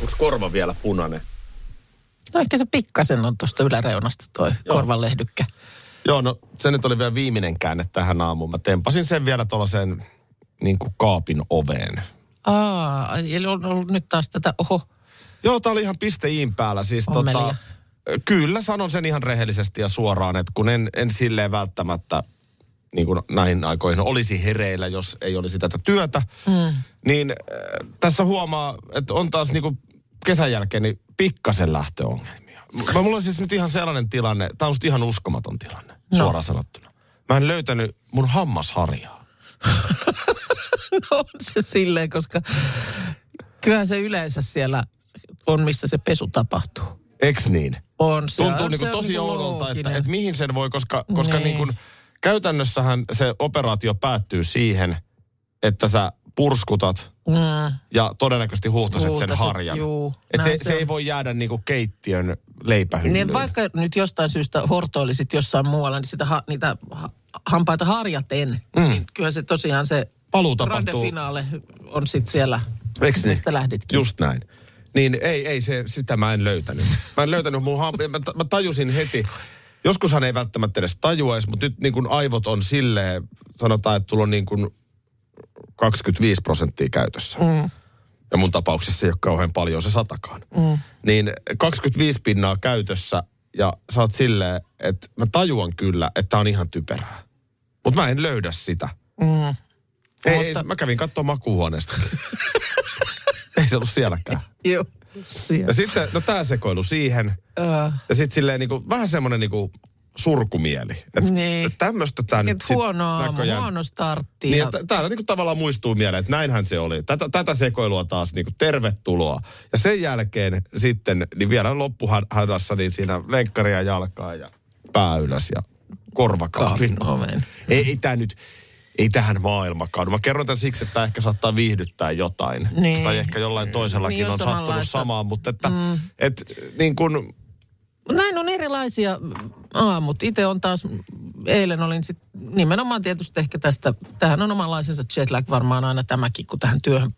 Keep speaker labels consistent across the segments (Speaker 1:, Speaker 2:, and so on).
Speaker 1: Onko korva vielä punainen?
Speaker 2: No ehkä se pikkasen on tuosta yläreunasta toi
Speaker 1: Joo.
Speaker 2: korvanlehdykkä.
Speaker 3: Joo, no se nyt oli vielä viimeinen käänne tähän aamuun. Mä tempasin sen vielä tuollaiseen niin kuin kaapin oveen.
Speaker 2: Aa, eli on ollut nyt taas tätä, oho,
Speaker 3: Joo, tää oli ihan piste iin päällä. Siis
Speaker 2: Ommelia.
Speaker 3: tota, kyllä, sanon sen ihan rehellisesti ja suoraan, että kun en, en silleen välttämättä niin kuin näihin aikoihin olisi hereillä, jos ei olisi tätä työtä, mm. niin äh, tässä huomaa, että on taas niin kuin kesän jälkeen niin pikkasen lähtöongelmia. M- Mä, mulla on siis nyt ihan sellainen tilanne, tämä on musta ihan uskomaton tilanne, no. suoraan sanottuna. Mä en löytänyt mun hammasharjaa.
Speaker 2: no on se silleen, koska kyllähän se yleensä siellä on, missä se pesu tapahtuu.
Speaker 3: Eks niin?
Speaker 2: On se,
Speaker 3: Tuntuu
Speaker 2: on
Speaker 3: niin
Speaker 2: se
Speaker 3: kuin
Speaker 2: on
Speaker 3: tosi
Speaker 2: niinku
Speaker 3: oudolta, että,
Speaker 2: looginen.
Speaker 3: että mihin sen voi, koska, koska
Speaker 2: Niin.
Speaker 3: niin kuin, käytännössähän se operaatio päättyy siihen, että sä purskutat
Speaker 2: Mm,
Speaker 3: ja todennäköisesti huuhtaset sen
Speaker 2: Huuhtaset,
Speaker 3: harjan.
Speaker 2: juu.
Speaker 3: Et se,
Speaker 2: Näin
Speaker 3: se,
Speaker 2: se on.
Speaker 3: ei voi jäädä niin kuin keittiön leipähyllyyn.
Speaker 2: niin vaikka nyt jostain syystä hortoilisit jossain muualla, niin sitä ha, niitä ha, hampaita harjaten, mm. niin kyllä se tosiaan se
Speaker 3: Paluu tapahtuu.
Speaker 2: grandefinaale on sitten siellä,
Speaker 3: Eiks niin?
Speaker 2: mistä lähditkin.
Speaker 3: Just näin. Niin ei, ei se, sitä mä en löytänyt. Mä en löytänyt mun hamp- mä, ta- mä tajusin heti. Joskushan ei välttämättä edes tajua edes, mutta nyt niin kun aivot on silleen, sanotaan, että sulla on niin kun 25 prosenttia käytössä. Mm. Ja mun tapauksessa ei ole kauhean paljon se satakaan. Mm. Niin 25 pinnaa käytössä ja sä oot silleen, että mä tajuan kyllä, että tää on ihan typerää. Mutta mä en löydä sitä.
Speaker 2: Mm.
Speaker 3: Ei,
Speaker 2: Mutta-
Speaker 3: ei, mä kävin katsoa makuuhuoneesta. ei se ollut sielläkään.
Speaker 2: Joo, siellä.
Speaker 3: Ja sitten, no tää sekoilu siihen.
Speaker 2: Öö.
Speaker 3: Ja sitten silleen niinku, vähän semmonen niinku surkumieli. Että
Speaker 2: Niin.
Speaker 3: et tämmöstä tää nyt
Speaker 2: Et huono aamu,
Speaker 3: näköjään-
Speaker 2: huono startti.
Speaker 3: Niin,
Speaker 2: ja-
Speaker 3: ja t- täällä niinku tavallaan muistuu mieleen, että näinhän se oli. Tätä, tätä sekoilua taas niinku tervetuloa. Ja sen jälkeen sitten, niin vielä loppuhadassa, niin siinä lenkkaria jalkaa ja pää ylös ja korvakaapin
Speaker 2: Kaapin oven.
Speaker 3: Ei, ei tää nyt, ei tähän maailma kaadu. Mä kerron tämän siksi, että tää ehkä saattaa viihdyttää jotain.
Speaker 2: Niin.
Speaker 3: Tai ehkä jollain toisellakin
Speaker 2: Niin,
Speaker 3: niin
Speaker 2: on
Speaker 3: on, sattunut
Speaker 2: samanlaista.
Speaker 3: samaan, mutta että mm. et, niin kun,
Speaker 2: Mut Näin on erilaisia aamut. Itse on taas, eilen olin sit, nimenomaan tietysti ehkä tästä, tähän on omanlaisensa jetlag varmaan aina tämäkin, kun tähän työhön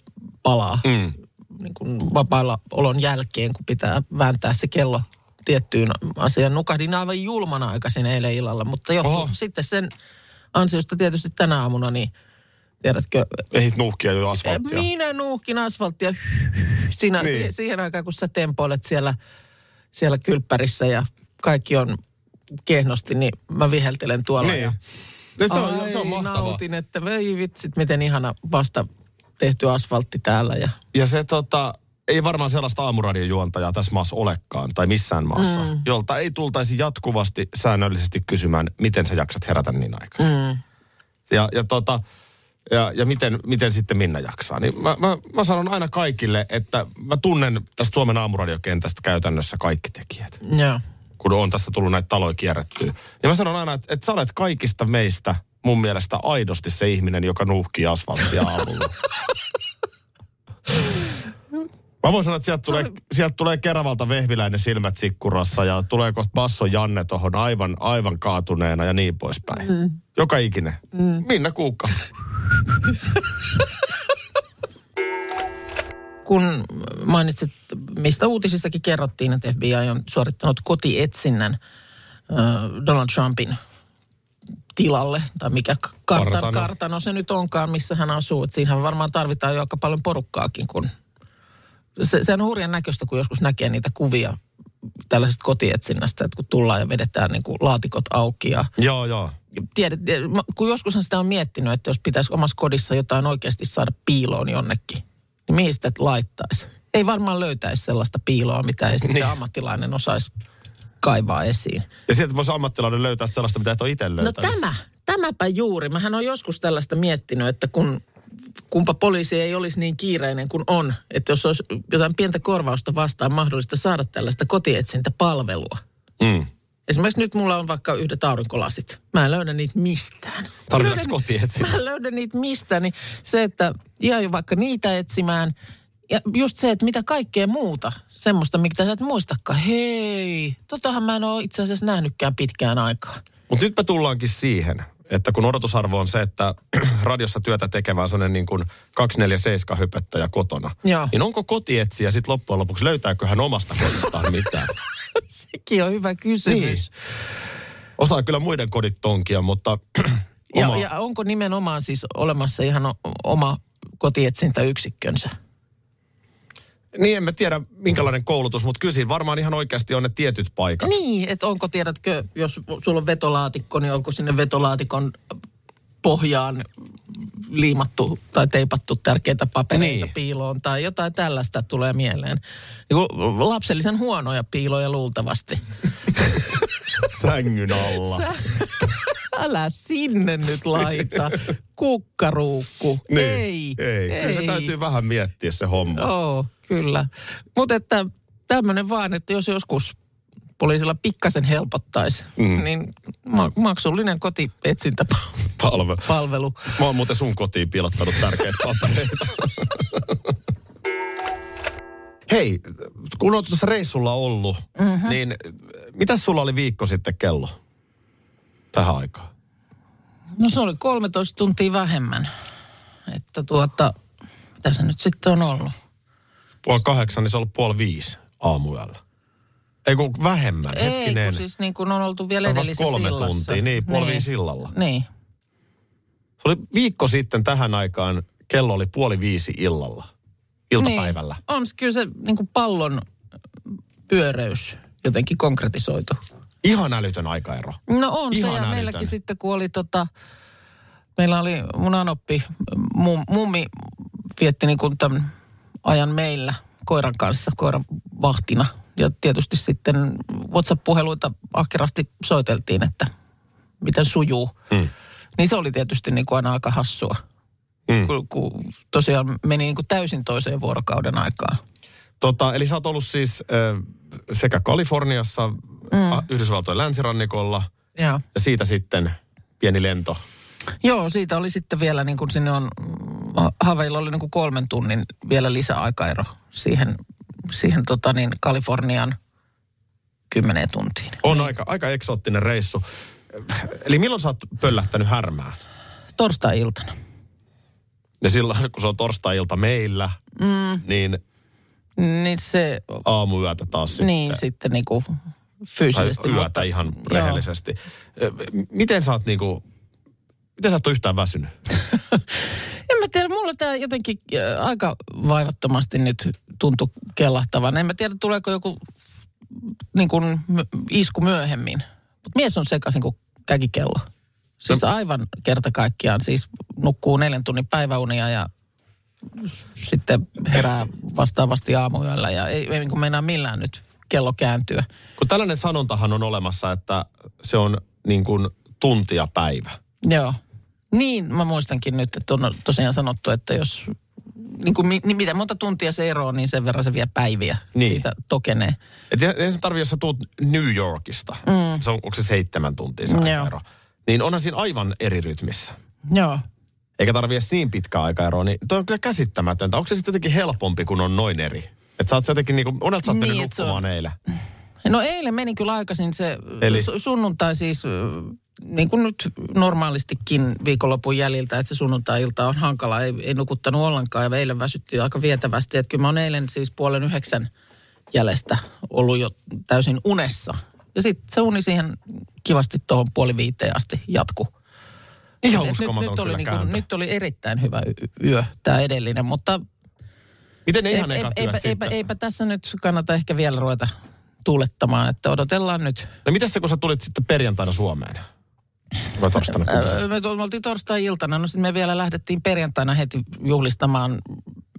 Speaker 2: palaa. Mm. Niin kuin vapailla olon jälkeen, kun pitää vääntää se kello tiettyyn asiaan. Nukahdin aivan julmana aikaisin eilen illalla, mutta jo,
Speaker 3: Oho.
Speaker 2: sitten sen ansiosta tietysti tänä aamuna, niin tiedätkö,
Speaker 3: ehdit nuhkia jo asfalttia.
Speaker 2: minä nuuhkin asfalttia Sinä,
Speaker 3: Niin.
Speaker 2: niin. siihen aikaan, kun sä tempoilet siellä, siellä kylppärissä ja kaikki on kehnosti, niin mä viheltelen tuolla.
Speaker 3: Niin.
Speaker 2: Ja,
Speaker 3: Se, se, on, se on
Speaker 2: Ai,
Speaker 3: mahtavaa.
Speaker 2: nautin, että voi vitsit, miten ihana vasta tehty asfaltti täällä. Ja,
Speaker 3: Ja se tota, ei varmaan sellaista aamuradiojuontajaa tässä maassa olekaan, tai missään maassa, mm. jolta ei tultaisi jatkuvasti säännöllisesti kysymään, miten sä jaksat herätä niin aikaisin. Mm. Ja, ja, tota, ja, ja miten, miten sitten Minna jaksaa. Niin mä, mä, mä sanon aina kaikille, että mä tunnen tästä Suomen aamuradiokentästä käytännössä kaikki tekijät
Speaker 2: joo.
Speaker 3: kun on tästä tullut näitä taloja kierrettyä. Ja mä sanon aina, että, että sä olet kaikista meistä mun mielestä aidosti se ihminen, joka nuuhkii asfalttia aamulla. Mä voin sanoa, että sieltä tulee, sieltä tulee Keravalta vehviläinen silmät sikkurassa ja tulee kohta basso Janne tohon aivan, aivan kaatuneena ja niin poispäin. Mm. Joka ikinen. Mm. Minna Kuukka.
Speaker 2: Kun mainitsit, mistä uutisissakin kerrottiin, että FBI on suorittanut kotietsinnän ö, Donald Trumpin tilalle, tai mikä k- kartan,
Speaker 3: Kartano.
Speaker 2: kartano se nyt onkaan, missä hän asuu. Et siinähän varmaan tarvitaan jo aika paljon porukkaakin, kun se, se on hurjan näköistä, kun joskus näkee niitä kuvia tällaisesta kotietsinnästä, että kun tullaan ja vedetään niin kuin laatikot auki ja
Speaker 3: joo, joo.
Speaker 2: tiedät, eh, mä- kun joskushan sitä on miettinyt, että jos pitäisi omassa kodissa jotain oikeasti saada piiloon jonnekin, niin mihin sitä laittaisi? Ei varmaan löytäisi sellaista piiloa, mitä ei sitten ammattilainen osaisi kaivaa esiin.
Speaker 3: Ja sieltä voisi ammattilainen löytää sellaista, mitä et ole itse
Speaker 2: No
Speaker 3: löytänyt.
Speaker 2: tämä, tämäpä juuri. Mähän on joskus tällaista miettinyt, että kun kumpa poliisi ei olisi niin kiireinen kuin on, että jos olisi jotain pientä korvausta vastaan mahdollista saada tällaista kotietsintäpalvelua.
Speaker 3: Mm.
Speaker 2: Esimerkiksi nyt mulla on vaikka yhdet aurinkolasit. Mä en löydä niitä mistään.
Speaker 3: Tarvitaanko
Speaker 2: Löydän-
Speaker 3: kotietsintä?
Speaker 2: Mä en löydä niitä mistään. Niin se, että jää jo vaikka niitä etsimään. Ja just se, että mitä kaikkea muuta, semmoista, mitä sä et muistakaan. Hei, totahan mä en ole itse asiassa nähnytkään pitkään aikaa.
Speaker 3: Mutta nyt me tullaankin siihen, että kun odotusarvo on se, että radiossa työtä tekevään sellainen niin kuin 247-hypettäjä kotona,
Speaker 2: Joo.
Speaker 3: niin onko kotietsiä sitten loppujen lopuksi, löytääkö hän omasta kodistaan mitään?
Speaker 2: Sekin on hyvä kysymys.
Speaker 3: Niin. Osaa kyllä muiden kodit tonkia, mutta
Speaker 2: Ja,
Speaker 3: oma-
Speaker 2: ja onko nimenomaan siis olemassa ihan o- oma kotietsintäyksikkönsä?
Speaker 3: Niin, en mä tiedä minkälainen koulutus, mutta kyllä siinä varmaan ihan oikeasti on ne tietyt paikat.
Speaker 2: Niin, että onko, tiedätkö, jos sulla on vetolaatikko, niin onko sinne vetolaatikon pohjaan liimattu tai teipattu tärkeitä papereita
Speaker 3: Niin.
Speaker 2: niin. piiloon tai jotain tällaista tulee mieleen. Niin kuin lapsellisen huonoja piiloja luultavasti.
Speaker 3: Sängyn alla.
Speaker 2: Sä, älä sinne nyt laita. Kukkaruukku.
Speaker 3: Niin.
Speaker 2: Ei.
Speaker 3: ei. Kyllä se täytyy vähän miettiä se homma.
Speaker 2: Joo, kyllä. Mutta että tämmöinen vaan, että jos joskus poliisilla pikkasen helpottaisi, mm. niin ma- maksullinen kotietsintäpalvelu.
Speaker 3: Palve. Mä oon muuten sun kotiin piilottanut tärkeitä papereita. Hei, kun oot tuossa reissulla ollut,
Speaker 2: Mhm.
Speaker 3: mm-hmm. niin mitä sulla oli viikko sitten kello? Tähän aikaan.
Speaker 2: No se oli 13 tuntia vähemmän. Että tuota, mitä se nyt sitten on ollut?
Speaker 3: Puoli kahdeksan, niin se on ollut puoli viisi aamuyöllä. Ei kun vähemmän,
Speaker 2: Ei,
Speaker 3: hetkinen.
Speaker 2: kun siis niin kun on oltu vielä
Speaker 3: Se on vasta
Speaker 2: edellisessä
Speaker 3: kolme
Speaker 2: illassa.
Speaker 3: tuntia, niin, puoli viisi illalla.
Speaker 2: Niin,
Speaker 3: Se oli viikko sitten tähän aikaan, kello oli puoli viisi illalla, iltapäivällä.
Speaker 2: Niin. On se kyllä se niin kuin pallon pyöreys jotenkin konkretisoitu.
Speaker 3: Ihan älytön aikaero.
Speaker 2: No on
Speaker 3: Ihan
Speaker 2: se, ja
Speaker 3: älytön.
Speaker 2: meilläkin sitten kun oli tota, meillä oli mun anoppi, mum, mummi vietti niin kuin tämän ajan meillä koiran kanssa, koiran vahtina. Ja tietysti sitten WhatsApp-puheluita ahkerasti soiteltiin, että miten sujuu. Mm. Niin se oli tietysti niin kuin aina aika hassua,
Speaker 3: Mm.
Speaker 2: mm. kun, kun tosiaan meni niin kuin täysin toiseen vuorokauden aikaan.
Speaker 3: Tota, eli sä oot ollut siis ö, sekä Kaliforniassa, mm. Yhdysvaltojen länsirannikolla
Speaker 2: Joo.
Speaker 3: ja siitä sitten pieni lento.
Speaker 2: Joo, siitä oli sitten vielä niin kuin sinne on, mm, haaveilla oli niin kuin kolmen tunnin vielä lisäaikaero siihen, siihen tota niin, Kalifornian kymmeneen tuntiin.
Speaker 3: On aika, aika eksoottinen reissu. Eli milloin sä oot pöllähtänyt härmään?
Speaker 2: Torstai-iltana.
Speaker 3: Ja silloin, kun se on torstai-ilta meillä, mm. niin
Speaker 2: Niin se,
Speaker 3: aamuyötä taas sitten.
Speaker 2: niin sitten niin kuin
Speaker 3: tai
Speaker 2: fyysisesti.
Speaker 3: yötä
Speaker 2: mutta-
Speaker 3: ihan
Speaker 2: Joo.
Speaker 3: rehellisesti. Ö, m- Miten sä oot niinku, miten sä et ole yhtään väsynyt?
Speaker 2: En mä tiedä, mulla tämä jotenkin äh, aika vaivattomasti nyt tuntuu kellahtavan. En mä tiedä, tuleeko joku niin kuin, isku myöhemmin. Mutta mies on sekaisin kuin käkikello. Siis no. aivan kerta kaikkiaan. Siis nukkuu neljän tunnin päiväunia ja sitten herää vastaavasti aamuyöllä. Ja ei, ei niin kuin meinaa millään nyt kello kääntyä.
Speaker 3: Kun tällainen sanontahan on olemassa, että se on niin kuin tuntia päivä.
Speaker 2: Joo. Niin, mä muistankin nyt, että on tosiaan sanottu, että jos niin kuin, mi- niin mitä monta tuntia se eroaa, niin sen verran se vie päiviä.
Speaker 3: Niin.
Speaker 2: Siitä tokenee.
Speaker 3: Et ei- ei se tarvi, jos sä tuut New Yorkista, mm. se on, onko se seitsemän tuntia se
Speaker 2: Joo.
Speaker 3: aikaero, niin onhan siinä aivan eri rytmissä.
Speaker 2: Joo.
Speaker 3: Eikä tarvi edes niin pitkä aikaero, niin toi on kyllä käsittämätöntä. Onko se sitten jotenkin helpompi, kun on noin eri? Että sä oot jotenkin niin kuin, onelta sä oot
Speaker 2: Niin,
Speaker 3: mennyt
Speaker 2: et se on-
Speaker 3: nukkumaan eilen.
Speaker 2: No eilen meni kyllä aikaisin se
Speaker 3: Eli?
Speaker 2: Eli? sunnuntai siis, ö, niin kuin nyt normaalistikin viikonlopun jäljiltä, että se sunnuntai-ilta on hankala, ei, ei nukuttanut ollenkaan ja eilen väsyttiin aika vietävästi. Että kyllä mä oon eilen siis puolen yhdeksän jäljestä ollut jo täysin unessa. Ja sitten se uni siihen kivasti tuohon puoli viiteen asti jatku.
Speaker 3: Ihan
Speaker 2: Et
Speaker 3: uskomaton
Speaker 2: nyt, nyt, oli
Speaker 3: kyllä
Speaker 2: niinku,
Speaker 3: kääntä.
Speaker 2: nyt oli erittäin hyvä y- yö tämä edellinen, mutta
Speaker 3: Miten ne
Speaker 2: ei-
Speaker 3: ihan
Speaker 2: ei-
Speaker 3: ekat
Speaker 2: eipä,
Speaker 3: työt
Speaker 2: eipä,
Speaker 3: sitten?
Speaker 2: eipä tässä nyt kannata ehkä vielä ruveta tuulettamaan, että odotellaan nyt.
Speaker 3: No mitäs se, kun sä tulit sitten perjantaina Suomeen? Vai torstaina? kumpi se oli?
Speaker 2: Öö, Me, tu- me oltiin torstai-iltana, no sitten me vielä lähdettiin perjantaina heti juhlistamaan.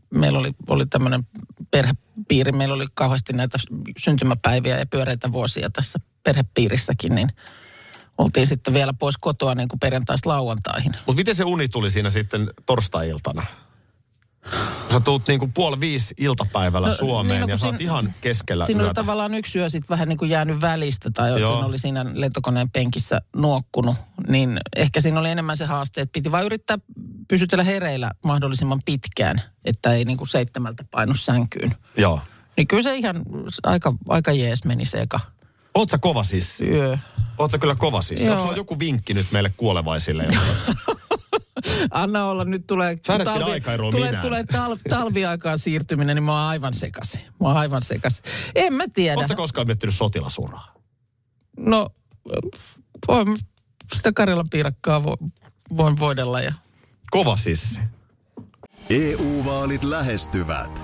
Speaker 2: Meillä oli, oli tämmöinen perhepiiri, meillä oli kauheasti näitä syntymäpäiviä ja pyöreitä vuosia tässä perhepiirissäkin, niin oltiin sitten vielä pois kotoa niin kuin perjantaista lauantaihin.
Speaker 3: Mutta miten se uni tuli siinä sitten torstai-iltana? Kun Sä tuut niinku puoli viisi iltapäivällä
Speaker 2: No,
Speaker 3: no, Suomeen
Speaker 2: niin,
Speaker 3: niin,
Speaker 2: no, kun
Speaker 3: ja sä oot
Speaker 2: siinä-
Speaker 3: ihan keskellä
Speaker 2: Siinä oli
Speaker 3: yötä.
Speaker 2: tavallaan yksi yö sitten vähän niin kuin jäänyt välistä tai Joo.
Speaker 3: Joo.
Speaker 2: siinä oli siinä lentokoneen penkissä nuokkunut, niin ehkä siinä oli enemmän se haaste, että piti vaan yrittää pysytellä hereillä mahdollisimman pitkään, että ei niin kuin seitsemältä painu sänkyyn.
Speaker 3: Joo.
Speaker 2: Niin kyllä se ihan aika, aika jees meni se eka
Speaker 3: Oot sä kova siis?
Speaker 2: yö.
Speaker 3: Oot sä kyllä kova siis?
Speaker 2: Joo.
Speaker 3: Onko sulla joku vinkki nyt meille kuolevaisille? jotka-
Speaker 2: Anna olla, nyt tulee,
Speaker 3: Sä annat kyllä aikaeroa
Speaker 2: tulee,
Speaker 3: minään.
Speaker 2: tulee tal, talviaikaan siirtyminen, niin mä oon aivan sekaisin. Mä oon aivan sekaisin. En mä tiedä.
Speaker 3: Oot sä koskaan miettinyt sotilasuraa?
Speaker 2: No, voin, sitä Karjalan piirakkaa vo, voin voidella ja
Speaker 3: Kova siis.
Speaker 4: EU-vaalit E lähestyvät.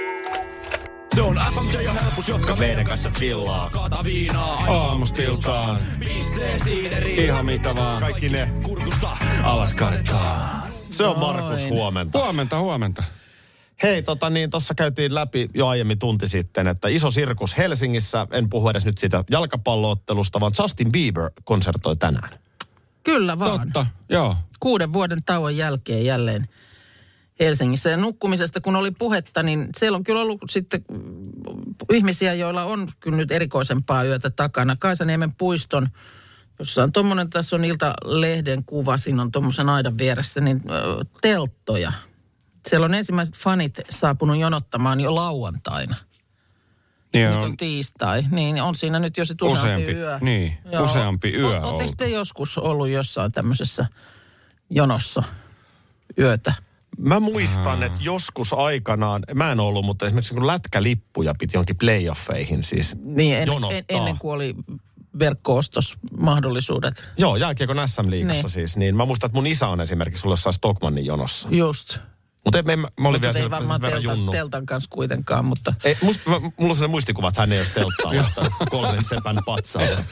Speaker 5: Se on FMJ ja helpus, jotka
Speaker 3: Meidän kanssa chillaa.
Speaker 5: kaata viinaa.
Speaker 3: Aamustiltaan.
Speaker 5: Pissee siideriin.
Speaker 3: Oh. Ihan mitä vaan. Kaikki ne.
Speaker 5: Kurkusta alas kaadetaan.
Speaker 3: Se on Markus huomenta.
Speaker 6: Huomenta, huomenta.
Speaker 3: Hei, tota niin, tuossa käytiin läpi jo aiemmin tunti sitten, että iso sirkus Helsingissä, en puhu edes nyt siitä jalkapalloottelusta, vaan Justin Bieber konsertoi tänään.
Speaker 2: kyllä vaan.
Speaker 6: Totta, joo.
Speaker 2: kuuden vuoden tauon jälkeen jälleen Helsingissä. Ja nukkumisesta, kun oli puhetta, niin siellä on kyllä ollut sitten mm, ihmisiä, joilla on kyllä nyt erikoisempaa yötä takana. Kaisaniemen puiston, jossa on tuommoinen, tässä on Ilta-lehden kuva, siinä on tuommoisen aidan vieressä, niin ö, telttoja. Siellä on ensimmäiset fanit saapunut jonottamaan jo lauantaina.
Speaker 6: Niin
Speaker 2: Nyt on tiistai, niin on siinä nyt jo sit useampi,
Speaker 6: Useampi,
Speaker 2: yö.
Speaker 6: niin, useampi yö
Speaker 2: O- Oletteko
Speaker 6: ollut.
Speaker 2: te joskus ollut jossain tämmöisessä jonossa yötä?
Speaker 3: Mä muistan, että joskus aikanaan, mä en ollut, mutta esimerkiksi kun lätkälippuja piti jonkin playoffeihin siis.
Speaker 2: Niin, en,
Speaker 3: Jonottaa.
Speaker 2: en, ennen kuin oli verkkoostosmahdollisuudet.
Speaker 3: Joo, jääkiekon SM-liigassa
Speaker 2: Niin.
Speaker 3: niin. siis, niin mä muistan, että mun isä on esimerkiksi ollut jossain Stockmannin jonossa.
Speaker 2: Just.
Speaker 3: Mutta en- en- mä, mä olin
Speaker 2: Mutta
Speaker 3: vielä
Speaker 2: ei
Speaker 3: siellä
Speaker 2: varmaan
Speaker 3: sen verran
Speaker 2: teltan,
Speaker 3: junnu.
Speaker 2: teltan kanssa kuitenkaan, mutta
Speaker 3: Ei, musta, mä, mulla on sellainen muistikuva, että hän ei olisi telttaa laittanut kolmen sepän patsaalle.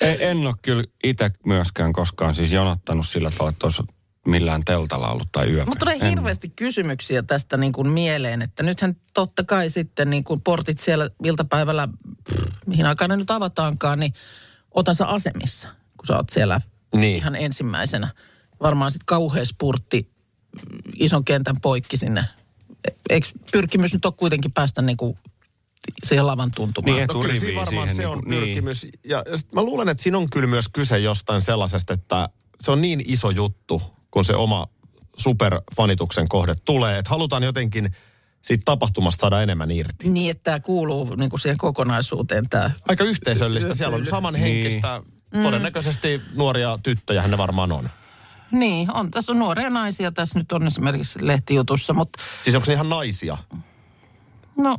Speaker 6: Ei, en ole kyllä itse myöskään koskaan siis jonottanut sillä tavalla, että olisi millään teltalla ollut tai yöpä.
Speaker 2: Mutta tulee hirveästi kysymyksiä tästä niin kuin mieleen, että nythän totta kai sitten niin kuin portit siellä iltapäivällä, pff, mihin aikaan ne nyt avataankaan, niin ota sä asemissa, kun sä oot siellä
Speaker 3: Niin.
Speaker 2: ihan ensimmäisenä. Varmaan sitten kauhea spurtti mm, ison kentän poikki sinne. E- Eikö pyrkimys nyt ole kuitenkin päästä niin kuin siihen lavan tuntumaan?
Speaker 6: Niin, et-
Speaker 3: No kyllä siinä
Speaker 6: eturiviin
Speaker 3: varmaan se
Speaker 6: siihen
Speaker 3: on
Speaker 6: niinku-
Speaker 3: niin.
Speaker 6: niin.
Speaker 3: pyrkimys. Ja ja sit mä luulen, että siinä on kyllä myös kyse jostain sellaisesta, että se on niin iso juttu, kun se oma superfanituksen kohde tulee, että halutaan jotenkin siitä tapahtumasta saada enemmän irti.
Speaker 2: Niin, että tämä kuuluu niin kuin siihen kokonaisuuteen tämä.
Speaker 3: Aika yhteisöllistä. Siellä on samanhenkistä, niin. todennäköisesti nuoria tyttöjä ne varmaan on.
Speaker 2: Niin, on tässä on nuoria naisia tässä nyt on esimerkiksi lehtijutussa, mutta
Speaker 3: Siis onko ne ihan naisia?
Speaker 2: No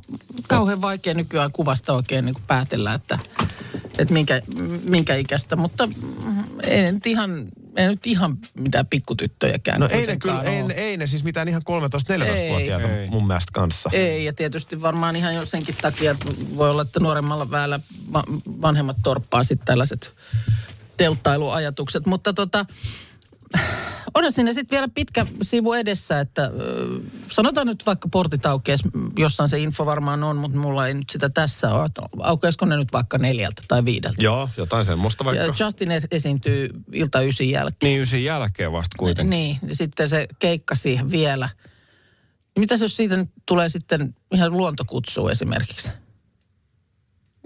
Speaker 2: kauhean vaikea nykyään kuvasta oikein niin kuin päätellä, että, että minkä, minkä ikäistä, mutta mm, ei ne nyt ihan, ei nyt ihan mitään pikkutyttöjäkään
Speaker 3: No ei ne,
Speaker 2: kuitenkaan
Speaker 3: kyllä, ei,
Speaker 2: ole.
Speaker 3: ne- ei ne siis mitään ihan 13-14-vuotiaita
Speaker 6: Ei.
Speaker 3: mun mielestä kanssa.
Speaker 2: Ei, ja tietysti varmaan ihan jo senkin takia, että voi olla, että nuoremmalla väellä va- vanhemmat torppaa sitten tällaiset telttailuajatukset. Mutta tota, on siinä sitten vielä pitkä sivu edessä, että ö, sanotaan nyt vaikka portit aukees, jossain se info varmaan on, mutta mulla ei nyt sitä tässä ole. että Aukeesko ne nyt vaikka neljältä tai viideltä?
Speaker 3: Joo, jotain semmoista vaikka.
Speaker 2: Ja Justin e- esiintyy ilta ysin jälkeen.
Speaker 6: Niin ysin jälkeen vasta kuitenkin.
Speaker 2: Niin, ja sitten se keikka siihen vielä. Mitäs jos siitä nyt tulee sitten ihan luontokutsu esimerkiksi?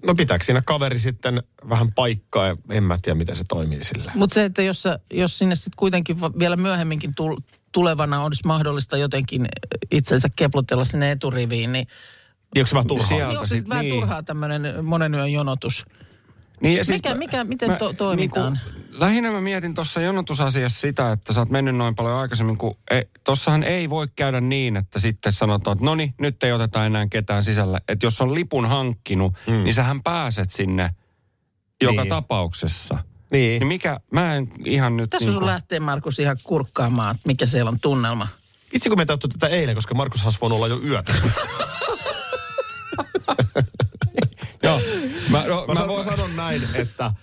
Speaker 3: No pitääkö siinä kaveri sitten vähän paikkaa ja en mä tiedä, miten se toimii sillä.
Speaker 2: Mutta se, että jos, sä- jos sinne sitten kuitenkin va- vielä myöhemminkin tul- tulevana olisi mahdollista jotenkin itsensä keplotella sinne eturiviin, niin
Speaker 3: Niin onko se vähän turhaa?
Speaker 6: Siellä- Jalka
Speaker 2: onko se
Speaker 6: sit,
Speaker 2: sit vähän
Speaker 6: niin.
Speaker 2: turhaa tämmöinen monen yön jonotus?
Speaker 6: Niin, ja
Speaker 2: Mikä- mikä- miten to- toimitaan?
Speaker 6: Niin lähinnä mä mietin tuossa jonotusasiassa sitä, että sä oot mennyt noin paljon aikaisemmin, kun e, tossahan ei voi käydä niin, että sitten sanotaan, että no niin, nyt ei oteta enää ketään sisällä. Että jos on lipun hankkinut, mm. niin sähän pääset sinne joka
Speaker 3: Niin.
Speaker 6: niin. tapauksessa.
Speaker 3: Niin.
Speaker 6: niin. mikä, mä en ihan nyt...
Speaker 2: Tässä sun
Speaker 6: niinku-
Speaker 2: lähtee Markus ihan kurkkaamaan, että mikä siellä on tunnelma.
Speaker 3: Itse kun me ei tätä eilen, koska Markus has voinut olla jo yötä.
Speaker 6: Joo, mä, no,
Speaker 3: Mä,
Speaker 6: mä,
Speaker 3: san,
Speaker 6: voin,
Speaker 3: mä sanon näin, että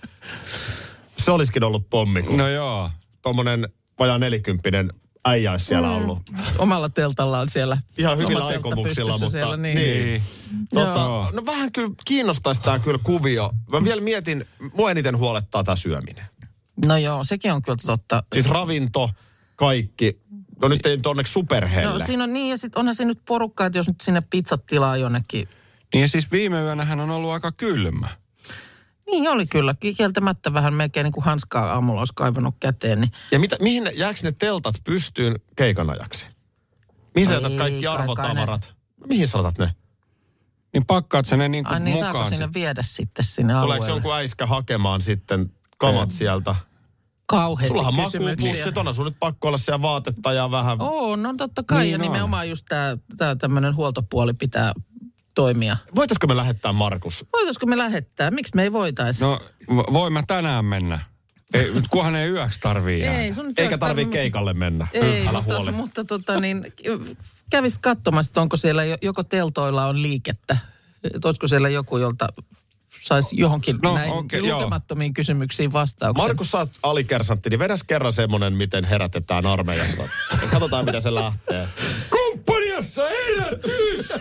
Speaker 3: se olisikin ollut pommi, kun no.
Speaker 6: No joo.
Speaker 3: tommonen vajaa nelikymppinen äijä olisi siellä ollut.
Speaker 2: Omalla teltallaan siellä.
Speaker 3: Ihan hyvillä
Speaker 2: Oma teltta
Speaker 3: aikomuksilla,
Speaker 2: pystyssä
Speaker 3: mutta...
Speaker 2: Siellä, niin.
Speaker 6: Niin.
Speaker 3: Tota,
Speaker 6: Joo.
Speaker 3: no vähän kyllä kiinnostaisi tämä kyllä kuvio. Mä vielä mietin, mua eniten huolettaa tämä syöminen.
Speaker 2: No joo, sekin on kyllä totta.
Speaker 3: Siis ravinto, kaikki. No nyt ei nyt onneksi superhelle.
Speaker 2: No siinä on niin, ja sitten onhan se nyt porukka, että jos nyt sinne pizzat tilaa jonnekin.
Speaker 6: Niin ja siis viime yönähän on ollut aika kylmä.
Speaker 2: Niin oli kyllä, kieltämättä vähän melkein niin kuin hanskaa aamulla olisi kaivannut käteen. Niin
Speaker 3: Ja mitä, mihin, ne- jääkö ne teltat pystyyn keikan ajaksi? Mihin Niin sä
Speaker 2: Ei,
Speaker 3: jätät kaikki
Speaker 2: kai- kai
Speaker 3: arvotavarat? No Mihin sä otat ne?
Speaker 6: Niin pakkaat sä ne niin
Speaker 2: Ai
Speaker 6: kuin
Speaker 2: niin, saako
Speaker 6: mukaan.
Speaker 2: sinne viedä sitten sinne
Speaker 3: Tuleeko
Speaker 2: alueelle?
Speaker 3: jonkun äiskä hakemaan sitten kamat sieltä?
Speaker 2: Kauheasti
Speaker 3: Sullahan
Speaker 2: kysymyksiä.
Speaker 3: makuupussit, onhan sun nyt pakko olla siellä vaatetta ja vähän...
Speaker 2: On, no totta kai. Niin
Speaker 6: Niin
Speaker 2: ja
Speaker 6: on.
Speaker 2: nimenomaan just tämä tää tämmöinen huoltopuoli pitää toimia.
Speaker 3: Voitaisko me lähettää Markus?
Speaker 2: Voitaisko me lähettää? Miksi me ei voitaisi?
Speaker 6: No vo- voin mä tänään mennä. Ei, nyt kunhan ei yöksi tarvii jäädä.
Speaker 2: ei, sun nyt
Speaker 3: Eikä
Speaker 2: olisi
Speaker 3: tarvii
Speaker 2: tarvinnut-
Speaker 3: keikalle mennä.
Speaker 2: Ei,
Speaker 3: Älä
Speaker 2: mutta,
Speaker 3: huoli.
Speaker 2: mutta tota niin, kävisit katsomassa, että onko siellä, jo- joko teltoilla on liikettä, että olisiko siellä joku, jolta saisi johonkin no,
Speaker 6: No,
Speaker 2: näin okay,
Speaker 6: okei, joo.
Speaker 2: lukemattomiin joo. kysymyksiin vastauksen.
Speaker 3: Markus, sä oot alikersantti, niin vedäs kerran semmonen, miten herätetään armeijasta. Katsotaan, miten se lähtee.
Speaker 6: Kumppaniassa herätys!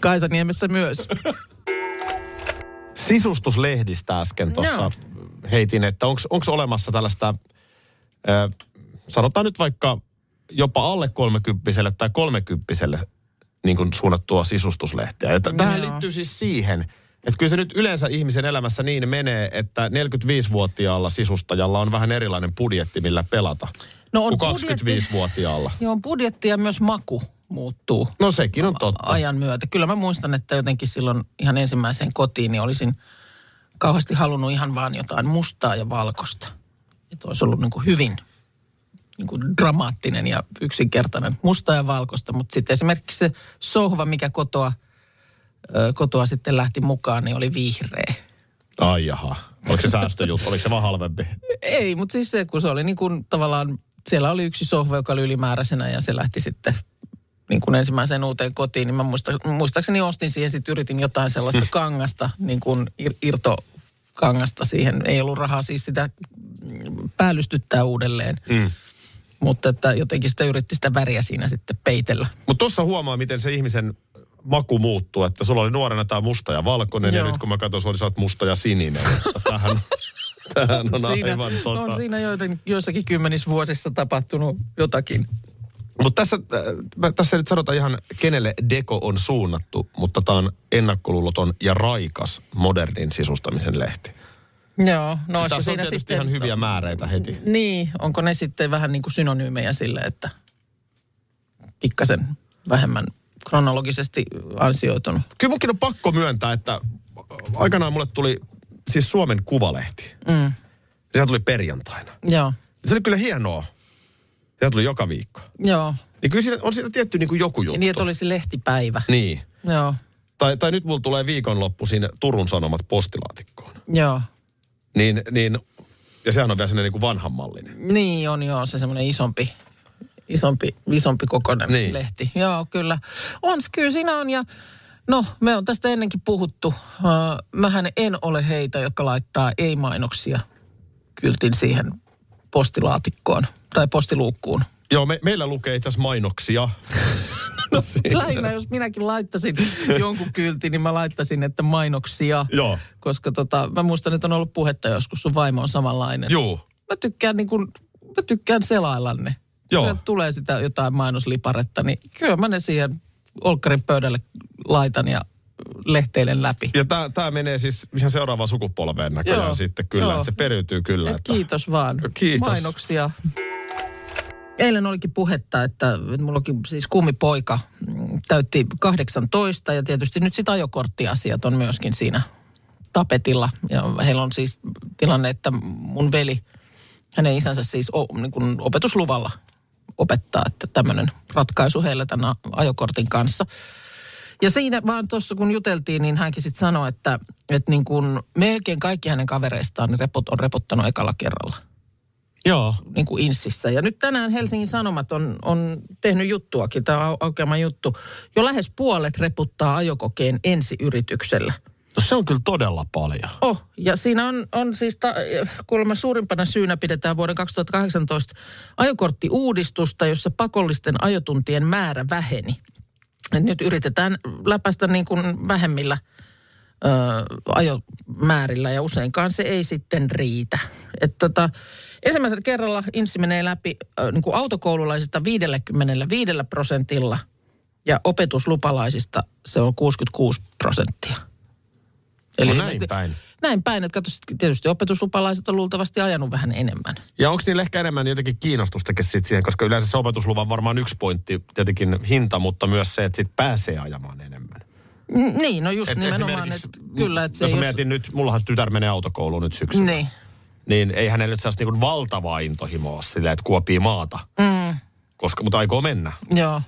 Speaker 2: Kaisaniemessä myös.
Speaker 3: Sisustuslehdistä äsken tuossa
Speaker 2: No.
Speaker 3: heitin, että onko olemassa tällaista, ö, sanotaan nyt vaikka jopa alle kolmekymppiselle tai kolmekymppiselle niin kuin suunnattua sisustuslehteä. Ja t- tähän
Speaker 2: Joo.
Speaker 3: liittyy siis siihen, että kyllä se nyt yleensä ihmisen elämässä niin menee, että 45-vuotiaalla sisustajalla on vähän erilainen budjetti, millä pelata,
Speaker 2: No
Speaker 3: kuin
Speaker 2: budjetti,
Speaker 3: 25-vuotiaalla.
Speaker 2: joo, on budjetti ja myös maku muuttuu.
Speaker 3: No sekin on totta.
Speaker 2: ajan myötä. Kyllä mä muistan, että jotenkin silloin ihan ensimmäiseen kotiin niin olisin kauheasti halunnut ihan vaan jotain mustaa ja valkoista. Että olisi ollut niin kuin hyvin niin kuin dramaattinen ja yksinkertainen mustaa ja valkoista. Mutta sitten esimerkiksi se sohva, mikä kotoa, ö, kotoa sitten lähti mukaan, niin oli vihreä.
Speaker 3: Ai jaha. Oliko se säästöjuttu? Oliko se vaan halvempi?
Speaker 2: Ei, mutta siis se, kun se oli niin kuin tavallaan, siellä oli yksi sohva, joka oli ylimääräisenä ja se lähti sitten niin kuin ensimmäiseen uuteen kotiin, niin mä muista, muistaakseni ostin siihen, sitten yritin jotain
Speaker 3: Hmm.
Speaker 2: sellaista kangasta, niin kuin ir, irtokangasta siihen. Ei ollut rahaa siis sitä mm, päällystyttää uudelleen,
Speaker 3: Hmm.
Speaker 2: mm. mutta että jotenkin sitä yritti sitä väriä siinä sitten peitellä.
Speaker 3: Mutta tuossa huomaa, miten se ihmisen maku muuttuu, että sulla oli nuorena tämä musta ja valkoinen, Joo.
Speaker 2: Joo.
Speaker 3: ja nyt kun mä katson, sulla oli sä oot musta ja sininen. Tähän, tähän on No,
Speaker 2: siinä, no,
Speaker 3: aivan totta.
Speaker 2: on siinä joiden, joissakin kymmenissä vuosissa tapahtunut jotakin.
Speaker 3: Mutta tässä, äh, mä- tässä ei nyt sanota ihan, kenelle deko on suunnattu, mutta tämä on ennakkoluuloton ja raikas modernin sisustamisen lehti.
Speaker 2: Joo, no olisiko
Speaker 3: Tässä on
Speaker 2: siinä
Speaker 3: tietysti
Speaker 2: sitten...
Speaker 3: ihan hyviä määreitä heti.
Speaker 2: Niin, onko ne sitten vähän niin kuin synonyymejä sille, että pikkasen vähemmän kronologisesti ansioitunut?
Speaker 3: Kyllä munkin on pakko myöntää, että aikanaan mulle tuli siis Suomen Kuvalehti.
Speaker 2: Mm.
Speaker 3: Sehän tuli perjantaina.
Speaker 2: Joo,
Speaker 3: Se oli kyllä hienoa. Sehän tuli joka viikko.
Speaker 2: joo.
Speaker 3: Niin kyllä siinä, on siinä tietty niin kuin joku juttu.
Speaker 2: Ja niin, että olisi lehtipäivä.
Speaker 3: niin.
Speaker 2: Joo,
Speaker 3: Tai, tai nyt mulla tulee viikonloppuisin Turun Sanomat postilaatikkoon.
Speaker 2: joo.
Speaker 3: Niin, niin, ja sehän on vielä sellainen niin kuin vanhanmallinen.
Speaker 2: Niin on joo, se semmoinen isompi, isompi, isompi kokoinen niin.
Speaker 3: Niin.
Speaker 2: lehti. Joo, kyllä. On, s- kyllä siinä on ja no, me on tästä ennenkin puhuttu. Öö, mähän en ole heitä, jotka laittaa ei-mainoksia kyltin siihen postilaatikkoon tai postiluukkuun.
Speaker 3: Joo, me, meillä lukee itse asiassa mainoksia.
Speaker 2: No, lähinnä jos minäkin laittasin jonkun kyltin, niin mä laittasin, että mainoksia.
Speaker 3: Joo.
Speaker 2: Koska tota, mä muistan, että on ollut puhetta joskus, sun vaimo on samanlainen.
Speaker 3: Joo.
Speaker 2: Mä tykkään, niin kun, mä tykkään selailla ne.
Speaker 3: Joo.
Speaker 2: Kun tulee sitä jotain mainosliparetta, niin kyllä mä ne siihen olkkarin pöydälle laitan ja lehteilen läpi.
Speaker 3: Ja tämä menee siis ihan seuraavaan sukupolveen näköjään
Speaker 2: Joo,
Speaker 3: Joo. sitten kyllä,
Speaker 2: joo.
Speaker 3: että se periytyy kyllä.
Speaker 2: Et
Speaker 3: että...
Speaker 2: kiitos vaan.
Speaker 3: Kiitos.
Speaker 2: Mainoksia. Eilen olikin puhetta, että että mullakin siis kummi poika mm, täytti 18 ja tietysti nyt sitä ajokorttiasiat on myöskin siinä tapetilla. Ja heillä on siis tilanne, että mun veli, hänen isänsä siis o, niin kuin opetusluvalla opettaa, että tämmöinen ratkaisu heillä tämän a- ajokortin kanssa. Ja siinä vaan tuossa kun juteltiin, niin hänkin sitten sanoi, että, että niin kun melkein kaikki hänen kavereistaan niin repot, on repottanut ekalla kerralla
Speaker 3: Joo.
Speaker 2: niin kuin insissä. Ja nyt tänään Helsingin Sanomat on, on tehnyt juttuakin, tämä on aukeama juttu. Jo lähes puolet reputtaa ajokokeen ensi yrityksellä.
Speaker 3: No se on kyllä todella paljon.
Speaker 2: Oh, ja siinä on, on siis ta, kuulemma suurimpana syynä pidetään vuoden 2018 ajokorttiuudistusta, jossa pakollisten ajotuntien määrä väheni. Et nyt yritetään läpäistä niin kuin vähemmillä ö, ajomäärillä ja useinkaan se ei sitten riitä. Et tota, ensimmäisellä kerralla insi menee läpi ö, niin kuin autokoululaisista 55 prosentilla ja opetuslupalaisista se on 66 prosenttia.
Speaker 3: No näin
Speaker 2: ilmeisesti-
Speaker 3: päin.
Speaker 2: Näin päin, että katso, tietysti opetuslupalaiset on luultavasti ajanut vähän enemmän.
Speaker 3: Ja onko niillä ehkä enemmän jotenkin kiinnostustakin sit siihen, koska yleensä se opetusluvan varmaan yksi pointti, tietenkin hinta, mutta myös se, että sit pääsee ajamaan enemmän.
Speaker 2: N- niin, no just
Speaker 3: Et
Speaker 2: et nimenomaan,
Speaker 3: esimerkiksi,
Speaker 2: että kyllä, että se
Speaker 3: jos
Speaker 2: ei
Speaker 3: mä
Speaker 2: ole-
Speaker 3: mietin nyt, mullahan tytär menee autokouluun nyt syksyllä, niin,
Speaker 2: Niin,
Speaker 3: niin ei hänellä nyt sellaista niin valtavaa intohimoa ole silleen, että kuopii maata. Mm. Koska, mutta aikoo mennä.
Speaker 2: joo.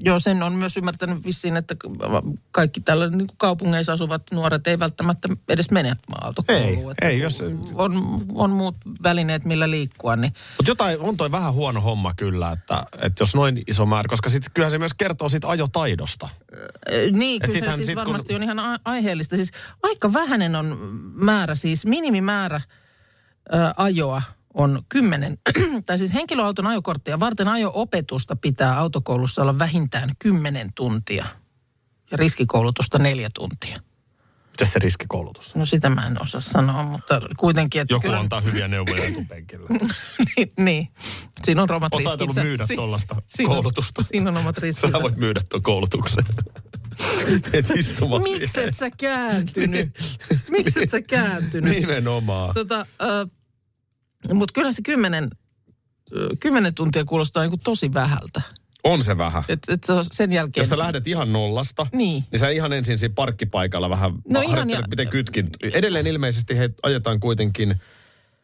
Speaker 2: Joo, sen on myös ymmärtänyt vissiin, että k- kaikki tällä niin kuin kaupungeissa asuvat nuoret ei välttämättä edes mene autokouluun. Että
Speaker 3: ei, jos-
Speaker 2: On, on muut välineet, millä liikkua, niin
Speaker 3: Mutta jotain, on toi vähän huono homma kyllä, että, että jos noin iso määrä, koska sit, kyllähän se myös kertoo siitä ajotaidosta.
Speaker 2: Ö, Niin,
Speaker 3: Et
Speaker 2: kyllä se
Speaker 3: sittenhän
Speaker 2: siis
Speaker 3: sit kun-
Speaker 2: varmasti on ihan a- aiheellista. Siis aika vähäinen on määrä, siis minimimäärä ö, ajoa on kymmenen. tai siis henkilöauton ajokorttia varten ajo-opetusta pitää autokoulussa olla vähintään kymmenen tuntia. Ja riskikoulutusta neljä tuntia.
Speaker 3: Mitäs se riskikoulutus?
Speaker 2: No sitä mä en osaa sanoa, mutta kuitenkin... Että
Speaker 3: Joku
Speaker 2: kyllä,
Speaker 3: antaa hyviä neuvoja etupenkillä.
Speaker 2: niin, niin, siinä on omat
Speaker 3: Oot sä
Speaker 2: riskinsä. Siis
Speaker 3: ajatellut myydä tollasta
Speaker 2: siinä on-
Speaker 3: koulutusta?
Speaker 2: Siinä on omat
Speaker 3: Sä
Speaker 2: riskinsä.
Speaker 3: voit myydä tuon koulutuksen. Et istumaan
Speaker 2: Miksi
Speaker 3: siihen. Niin.
Speaker 2: et sä kääntynyt? Miksi et sä kääntynyt?
Speaker 3: Nimenomaan.
Speaker 2: Tota, mutta kyllä se kymmenen, ö, kymmenen tuntia kuulostaa niin tosi vähältä.
Speaker 3: On se vähän.
Speaker 2: Et, et se on sen jälkeen...
Speaker 3: Jos sä lähdet ihan nollasta,
Speaker 2: Niin.
Speaker 3: niin sä ihan ensin siinä parkkipaikalla vähän no
Speaker 2: ihan
Speaker 3: harjoittelet,
Speaker 2: ja-
Speaker 3: miten kytkin. Edelleen ilmeisesti he ajetaan kuitenkin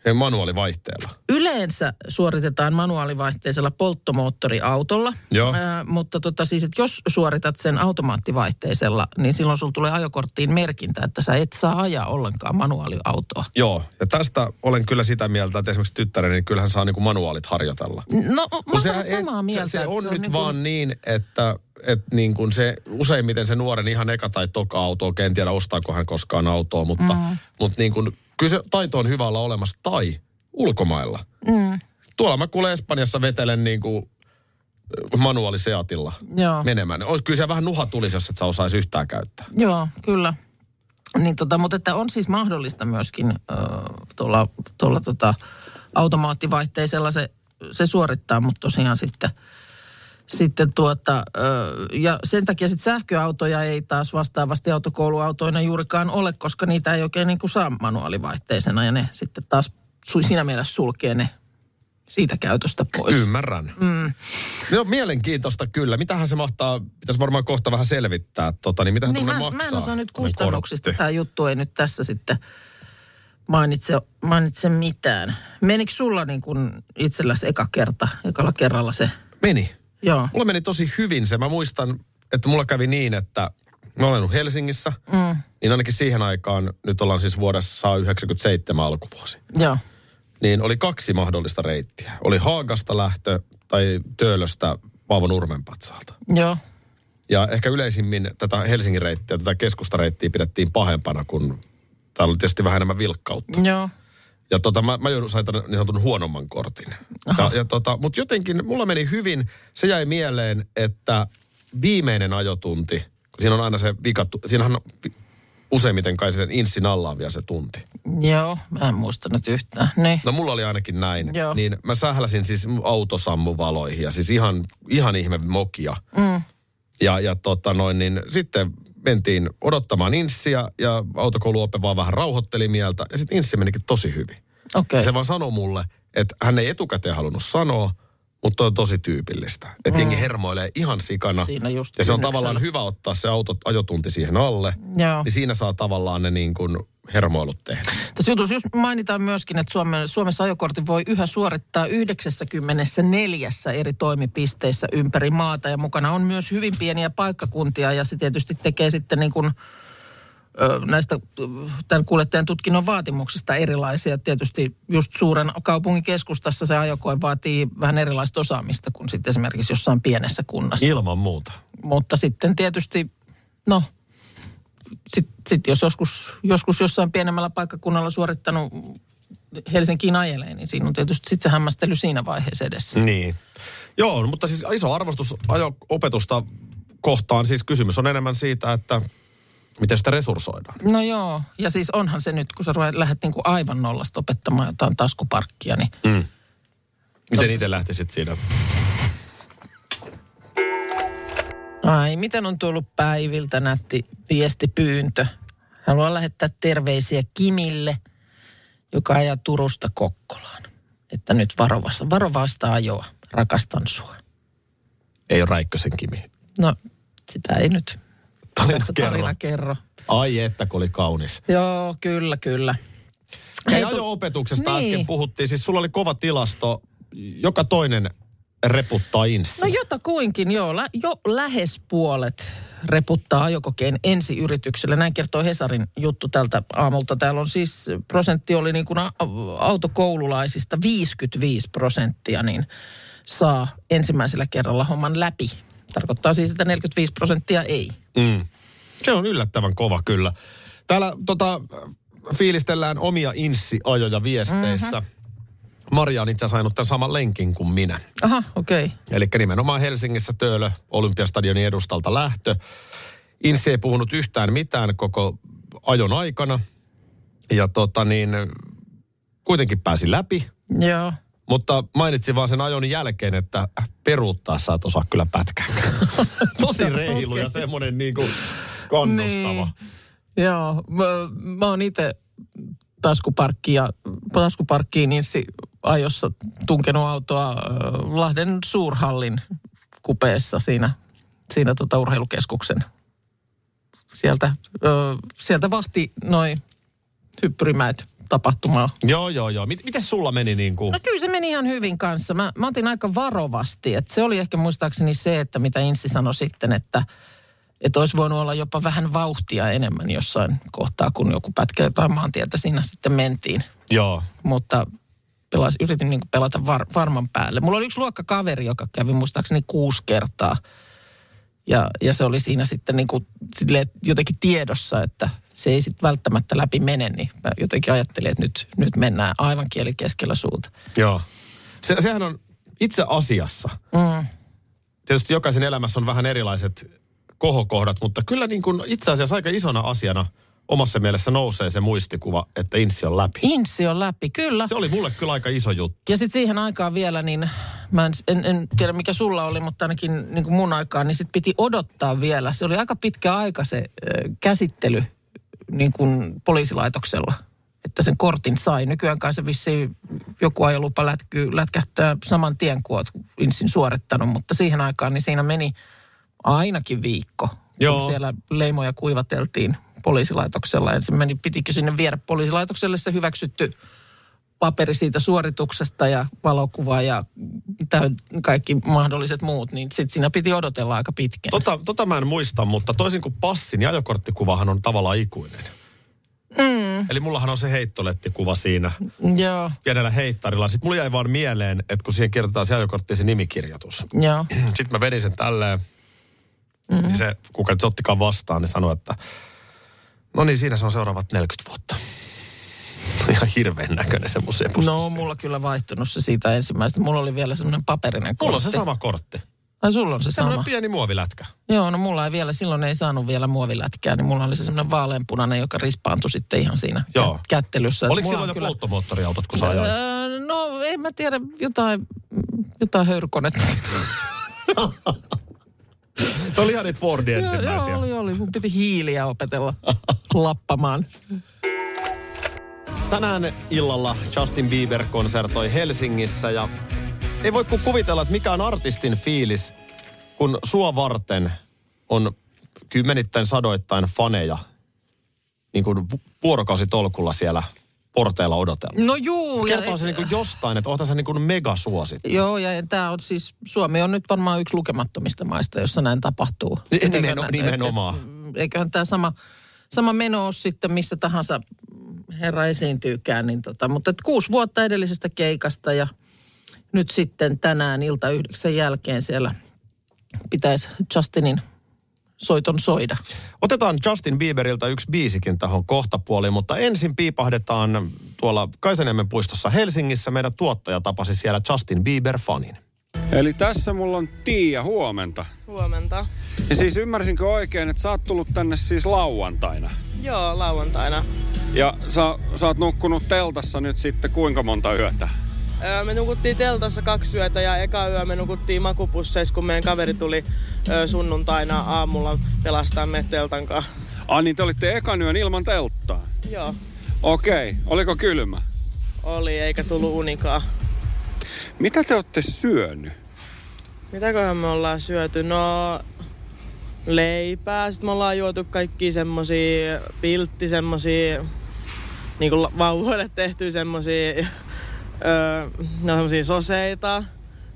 Speaker 3: he manuaalivaihteella.
Speaker 2: Yleensä suoritetaan manuaalivaihteisella polttomoottoriautolla,
Speaker 3: Joo.
Speaker 2: Ää, mutta tota siis, että jos suoritat sen automaattivaihteisella, niin silloin sulla tulee ajokorttiin merkintä, että sä et saa ajaa ollenkaan manuaaliautoa.
Speaker 3: Joo, ja tästä olen kyllä sitä mieltä, että esimerkiksi tyttäreni, niin kyllähän saa niinku manuaalit harjoitella.
Speaker 2: No, mä
Speaker 3: sehän
Speaker 2: olen samaa
Speaker 3: et-
Speaker 2: mieltä.
Speaker 3: Se, se
Speaker 2: että
Speaker 3: on nyt
Speaker 2: niin
Speaker 3: niin
Speaker 2: kuin-
Speaker 3: vaan niin, että et niin kuin se, useimmiten se nuoren ihan eka tai toka auto, okei en tiedä ostaako hän koskaan autoa, mutta, mm. mutta niin kuin, kyllä se taito on hyvä olla olemassa tai ulkomailla. Mm. Tuolla mä kuulen Espanjassa vetelen niin kuin manuaaliseatilla
Speaker 2: Joo.
Speaker 3: menemään. Ois- Kyllä se vähän nuha tulisi, jos et sä osaisi yhtään käyttää.
Speaker 2: Joo, kyllä. Niin tota, mutta että on siis mahdollista myöskin ö, tuolla, tuolla tota, automaattivaihteisella se, se suorittaa, mutta tosiaan sitten, sitten tuota, ö, ja sen takia sitten sähköautoja ei taas vastaavasti autokouluautoina juurikaan ole, koska niitä ei oikein niin kuin saa manuaalivaihteisena ja ne sitten taas su- siinä mielessä sulkee ne siitä käytöstä pois.
Speaker 3: Ymmärrän. Mm. No mielenkiintoista kyllä. Mitähän se mahtaa, pitäisi varmaan kohta vähän selvittää, tota, niin mitähän niin,
Speaker 2: niin, mä,
Speaker 3: maksaa?
Speaker 2: mä en osaa nyt
Speaker 3: tommonen
Speaker 2: kustannuksista.
Speaker 3: kortti?
Speaker 2: Tämä juttu ei nyt tässä sitten mainitse, mainitse mitään. Menikö sulla niin kuin itselläsi eka kerta, ekalla kerralla se?
Speaker 3: Meni.
Speaker 2: Joo.
Speaker 3: Mulla meni tosi hyvin se. Mä muistan, että mulla kävi niin, että mä olen ollut Helsingissä, mm. niin ainakin siihen aikaan, nyt ollaan siis vuodessa 97 alkuvuosi,
Speaker 2: Joo.
Speaker 3: niin oli kaksi mahdollista reittiä. Oli Haagasta lähtö tai Töölöstä Paavo Nurmenpatsaalta.
Speaker 2: Joo.
Speaker 3: Ja ehkä yleisimmin tätä Helsingin reittiä, tätä keskustareittiä pidettiin pahempana, kun täällä oli tietysti vähän enemmän vilkkautta.
Speaker 2: Joo.
Speaker 3: Ja tota, mä, mä joudun, sain tämän niin sanotun huonomman kortin. Ja, ja tota, Mutta jotenkin mulla meni hyvin. Se jäi mieleen, että viimeinen ajotunti, kun siinä on aina se vikattu, siinähän on vi- useimmiten kai sen inssin alla on vielä se tunti.
Speaker 2: Joo, mä en muista nyt yhtään. Niin.
Speaker 3: No mulla oli ainakin näin.
Speaker 2: Joo.
Speaker 3: Niin mä sähläsin siis autosammuvaloihin ja siis ihan, ihan ihme mokia. Mm. Ja, ja tota noin, niin sitten mentiin odottamaan inssiä ja autokouluope vaan vähän rauhoitteli mieltä. Ja sitten inssi menikin tosi hyvin.
Speaker 2: Okei.
Speaker 3: No, Niin Se vaan sanoi mulle, että hän ei etukäteen halunnut sanoa, mutta toi on tosi tyypillistä. Että mm. jengi hermoilee ihan sikana.
Speaker 2: Siinä just
Speaker 3: ja se on
Speaker 2: kynnyksellä.
Speaker 3: tavallaan hyvä ottaa se auto, ajotunti siihen alle.
Speaker 2: Joo.
Speaker 3: Niin siinä saa tavallaan ne niin kuin hermoilut tehdä.
Speaker 2: Tässä jutussa just mainitaan myöskin, että Suomen, Suomessa ajokortin voi yhä suorittaa 94 eri toimipisteissä ympäri maata ja mukana on myös hyvin pieniä paikkakuntia ja se tietysti tekee sitten niin kuin ö, näistä ö, tämän kuljettajan tutkinnon vaatimuksista erilaisia. Tietysti just suuren kaupungin keskustassa se ajokoe vaatii vähän erilaista osaamista kuin sitten esimerkiksi jossain pienessä kunnassa.
Speaker 3: Ilman muuta.
Speaker 2: Mutta sitten tietysti, no, sitten sit jos joskus, joskus jossain pienemmällä paikkakunnalla suorittanut Helsinkiin ajelee, niin siinä on tietysti sitten se hämmästely siinä vaiheessa edessä.
Speaker 3: Niin. Joo, no, mutta siis iso arvostus ajo-opetusta kohtaan. Siis kysymys on enemmän siitä, että miten sitä resurssoidaan.
Speaker 2: No joo, ja siis onhan se nyt, kun sä ruvet- lähdet niinku aivan nollasta opettamaan jotain taskuparkkia, niin
Speaker 3: Miten itse lähtisit siinä?
Speaker 2: ai, miten on tullut päiviltä nätti viestipyyntö. Haluan lähettää terveisiä Kimille, joka ajaa Turusta Kokkolaan. Että nyt varovasta, varovasta ajoa. Rakastan sua.
Speaker 3: Ei ole Räikkösen Kimi.
Speaker 2: No, sitä ei nyt
Speaker 3: Tarina
Speaker 2: tästä tarina kerro.
Speaker 3: Ai että, kun oli kaunis.
Speaker 2: Joo, kyllä, kyllä.
Speaker 3: Hei,
Speaker 2: kun-
Speaker 3: ajo-opetuksesta
Speaker 2: Niin.
Speaker 3: äsken puhuttiin. Siis sulla oli kova tilasto. Joka toinen reputtaa insi.
Speaker 2: No jotakuinkin, joo. Lä, jo lähes puolet reputtaa ajokokeen ensi yrityksellä. Näin kertoo Hesarin juttu tältä aamulta. Täällä on siis prosentti oli niin kuin a- autokoululaisista 55 prosenttia, niin saa ensimmäisellä kerralla homman läpi. Tarkoittaa siis, että 45 prosenttia ei.
Speaker 3: Mm. Se on yllättävän kova kyllä. Täällä tota, fiilistellään omia inssiajoja viesteissä.
Speaker 2: Mhm.
Speaker 3: Mm-hmm. Maria on itse asiassa ajanut tämän saman lenkin kuin minä.
Speaker 2: Aha, okei. Okay.
Speaker 3: Eli nimenomaan Helsingissä Töölö Olympiastadionin edustalta lähtö. Insi ei puhunut yhtään mitään koko ajon aikana. Ja tota niin, kuitenkin pääsi läpi.
Speaker 2: Joo.
Speaker 3: Mutta mainitsin vaan sen ajon jälkeen, että peruuttaa sä et osaa kyllä pätkää. Tosi reilu ja semmoinen niin kuin kannustava.
Speaker 2: Niin. Joo, mä, mä oon itse taskuparkki ja, taskuparkkiin insi ajossa tunkenut autoa äh, Lahden suurhallin kupeessa siinä, siinä tota urheilukeskuksen. Sieltä, ö, sieltä vahti noin hyppyrimäet tapahtumaa.
Speaker 3: Joo, joo, joo. Mit, miten sulla meni niin kuin?
Speaker 2: No kyllä se meni ihan hyvin kanssa. Mä, mä otin aika varovasti. Et se oli ehkä muistaakseni se, että mitä Inssi sanoi sitten, että et olisi voinut olla jopa vähän vauhtia enemmän jossain kohtaa, kun joku pätkä jotain maantietä siinä sitten mentiin.
Speaker 3: Joo.
Speaker 2: Mutta pelas, yritin niin pelata var, varman päälle. Mulla oli yksi luokkakaveri, joka kävi muistaakseni kuusi kertaa. Ja, ja se oli siinä sitten niin kuin, jotenkin tiedossa, että se ei sitten välttämättä läpi mene, niin mä jotenkin ajattelin, että nyt, nyt mennään aivan kieli keskellä suuta.
Speaker 3: Joo. Se, sehän on itse asiassa. Mm. Tietysti jokaisen elämässä on vähän erilaiset kohokohdat, mutta kyllä niin kuin itse asiassa aika isona asiana omassa mielessä nousee se muistikuva, että insi on läpi.
Speaker 2: Insi on läpi, kyllä.
Speaker 3: Se oli mulle kyllä aika iso juttu.
Speaker 2: Ja sitten siihen aikaan vielä, niin mä en, en, en tiedä mikä sulla oli, mutta ainakin niin kuin mun aikaan, niin sit piti odottaa vielä. Se oli aika pitkä aika se ö, käsittely niin kuin poliisilaitoksella, että sen kortin sai. Nykyään kai se vissiin joku ajolupa lätky, lätkähtää saman tien, kun oot insin suorittanut, mutta siihen aikaan niin siinä meni ainakin viikko,
Speaker 3: Joo.
Speaker 2: kun siellä leimoja kuivateltiin poliisilaitoksella. Ensin meni, pitikö sinne viedä poliisilaitokselle se hyväksytty paperi siitä suorituksesta ja valokuva ja täy- kaikki mahdolliset muut, niin sitten siinä piti odotella aika pitkään.
Speaker 3: Tota, tota mä en muista, mutta toisin kuin passin, niin ajokorttikuvahan on tavallaan ikuinen. Mm. Eli mullahan on se heittolettikuva siinä
Speaker 2: Joo,
Speaker 3: pienellä heittarilla. Sitten mulla jäi vaan mieleen, että kun siihen kirjoitetaan se ajokorttiin se nimikirjoitus.
Speaker 2: joo.
Speaker 3: Sitten mä vedin sen tälleen.
Speaker 2: Mm.
Speaker 3: Mm-hmm. Niin se, kuka nyt se ottikaan vastaan, niin sanoi, että no niin, siinä se on seuraavat 40 vuotta.
Speaker 1: Se on ihan hirveän näköinen se museopussi.
Speaker 2: No, mulla kyllä vaihtunut se siitä ensimmäistä. Mulla oli vielä semmoinen paperinen kortti.
Speaker 3: Mulla on se sama kortti.
Speaker 2: Ai sulla on se
Speaker 3: Semmoinen
Speaker 2: sama.
Speaker 3: pieni muovilätkä.
Speaker 2: Joo, no mulla ei vielä, silloin ei saanut vielä muovilätkää, niin mulla oli se semmoinen vaaleanpunainen, joka rispaantui sitten ihan siinä
Speaker 3: Joo.
Speaker 2: Joo. kättelyssä.
Speaker 3: Oliko
Speaker 2: Mulla
Speaker 3: silloin jo
Speaker 2: on kyllä-
Speaker 3: polttomoottoriautot, kun sä ajoit?
Speaker 2: Öö, No, en mä tiedä, jotain, jotain höyrykonetta.
Speaker 3: Ne oli ihan niitä Fordin
Speaker 2: Joo, joo,
Speaker 3: ensimmäisiä.
Speaker 2: oli, oli. Mun piti hiiliä opetella lappamaan.
Speaker 3: Tänään illalla Justin Bieber konsertoi Helsingissä ja ei voi kuin kuvitella, että mikä on artistin fiilis, kun sua varten on kymmenittäin sadoittain faneja niin kuin vu- vuorokausitolkulla siellä porteilla odotella.
Speaker 2: No juu. ja-
Speaker 3: Kertoo se niin kuin jostain, että oothan sä niin kuin megasuosikki.
Speaker 2: Joo, ja tämä on siis, Suomi on nyt varmaan yksi lukemattomista maista, jossa näin tapahtuu.
Speaker 3: Nimeno-
Speaker 2: Eiköhän nä-
Speaker 3: nimenomaan.
Speaker 2: et- et- Eiköhän tämä sama, sama meno ole sitten missä tahansa herra esiintyykään. Niin tota, mutta et kuusi vuotta edellisestä keikasta ja nyt sitten tänään ilta yhdeksän jälkeen siellä pitäisi Justinin soiton soida.
Speaker 3: Otetaan Justin Bieberiltä yksi biisikin tähän kohtapuoliin, mutta ensin piipahdetaan tuolla Kaisaniemen puistossa Helsingissä. Meidän tuottaja tapasi siellä Justin Bieber-fanin.
Speaker 6: Eli tässä mulla on Tiia, huomenta.
Speaker 7: Huomenta.
Speaker 6: Ja siis ymmärsinkö oikein, että sä oot tullut tänne siis lauantaina?
Speaker 7: Joo, lauantaina.
Speaker 6: Ja sä, sä oot nukkunut teltassa nyt sitten kuinka monta yötä?
Speaker 7: Öö, me nukuttiin teltassa kaksi yötä ja eka yö me nukuttiin makupusseissa, kun meidän kaveri tuli öö, sunnuntaina aamulla pelastaa meidät teltan kanssa.
Speaker 6: Ah niin, te olitte ekan yön ilman telttaa.
Speaker 7: Joo,
Speaker 6: Okei, oliko kylmä?
Speaker 7: oli eikä tullut unikaa.
Speaker 6: Mitä te olette syönyt?
Speaker 7: Mitäköhän me ollaan syöty? No, leipää. Sitten me ollaan juotu kaikki semmosia piltti, semmosia niinku la- vauvoille tehty semmosia, öö, no semmosia soseita.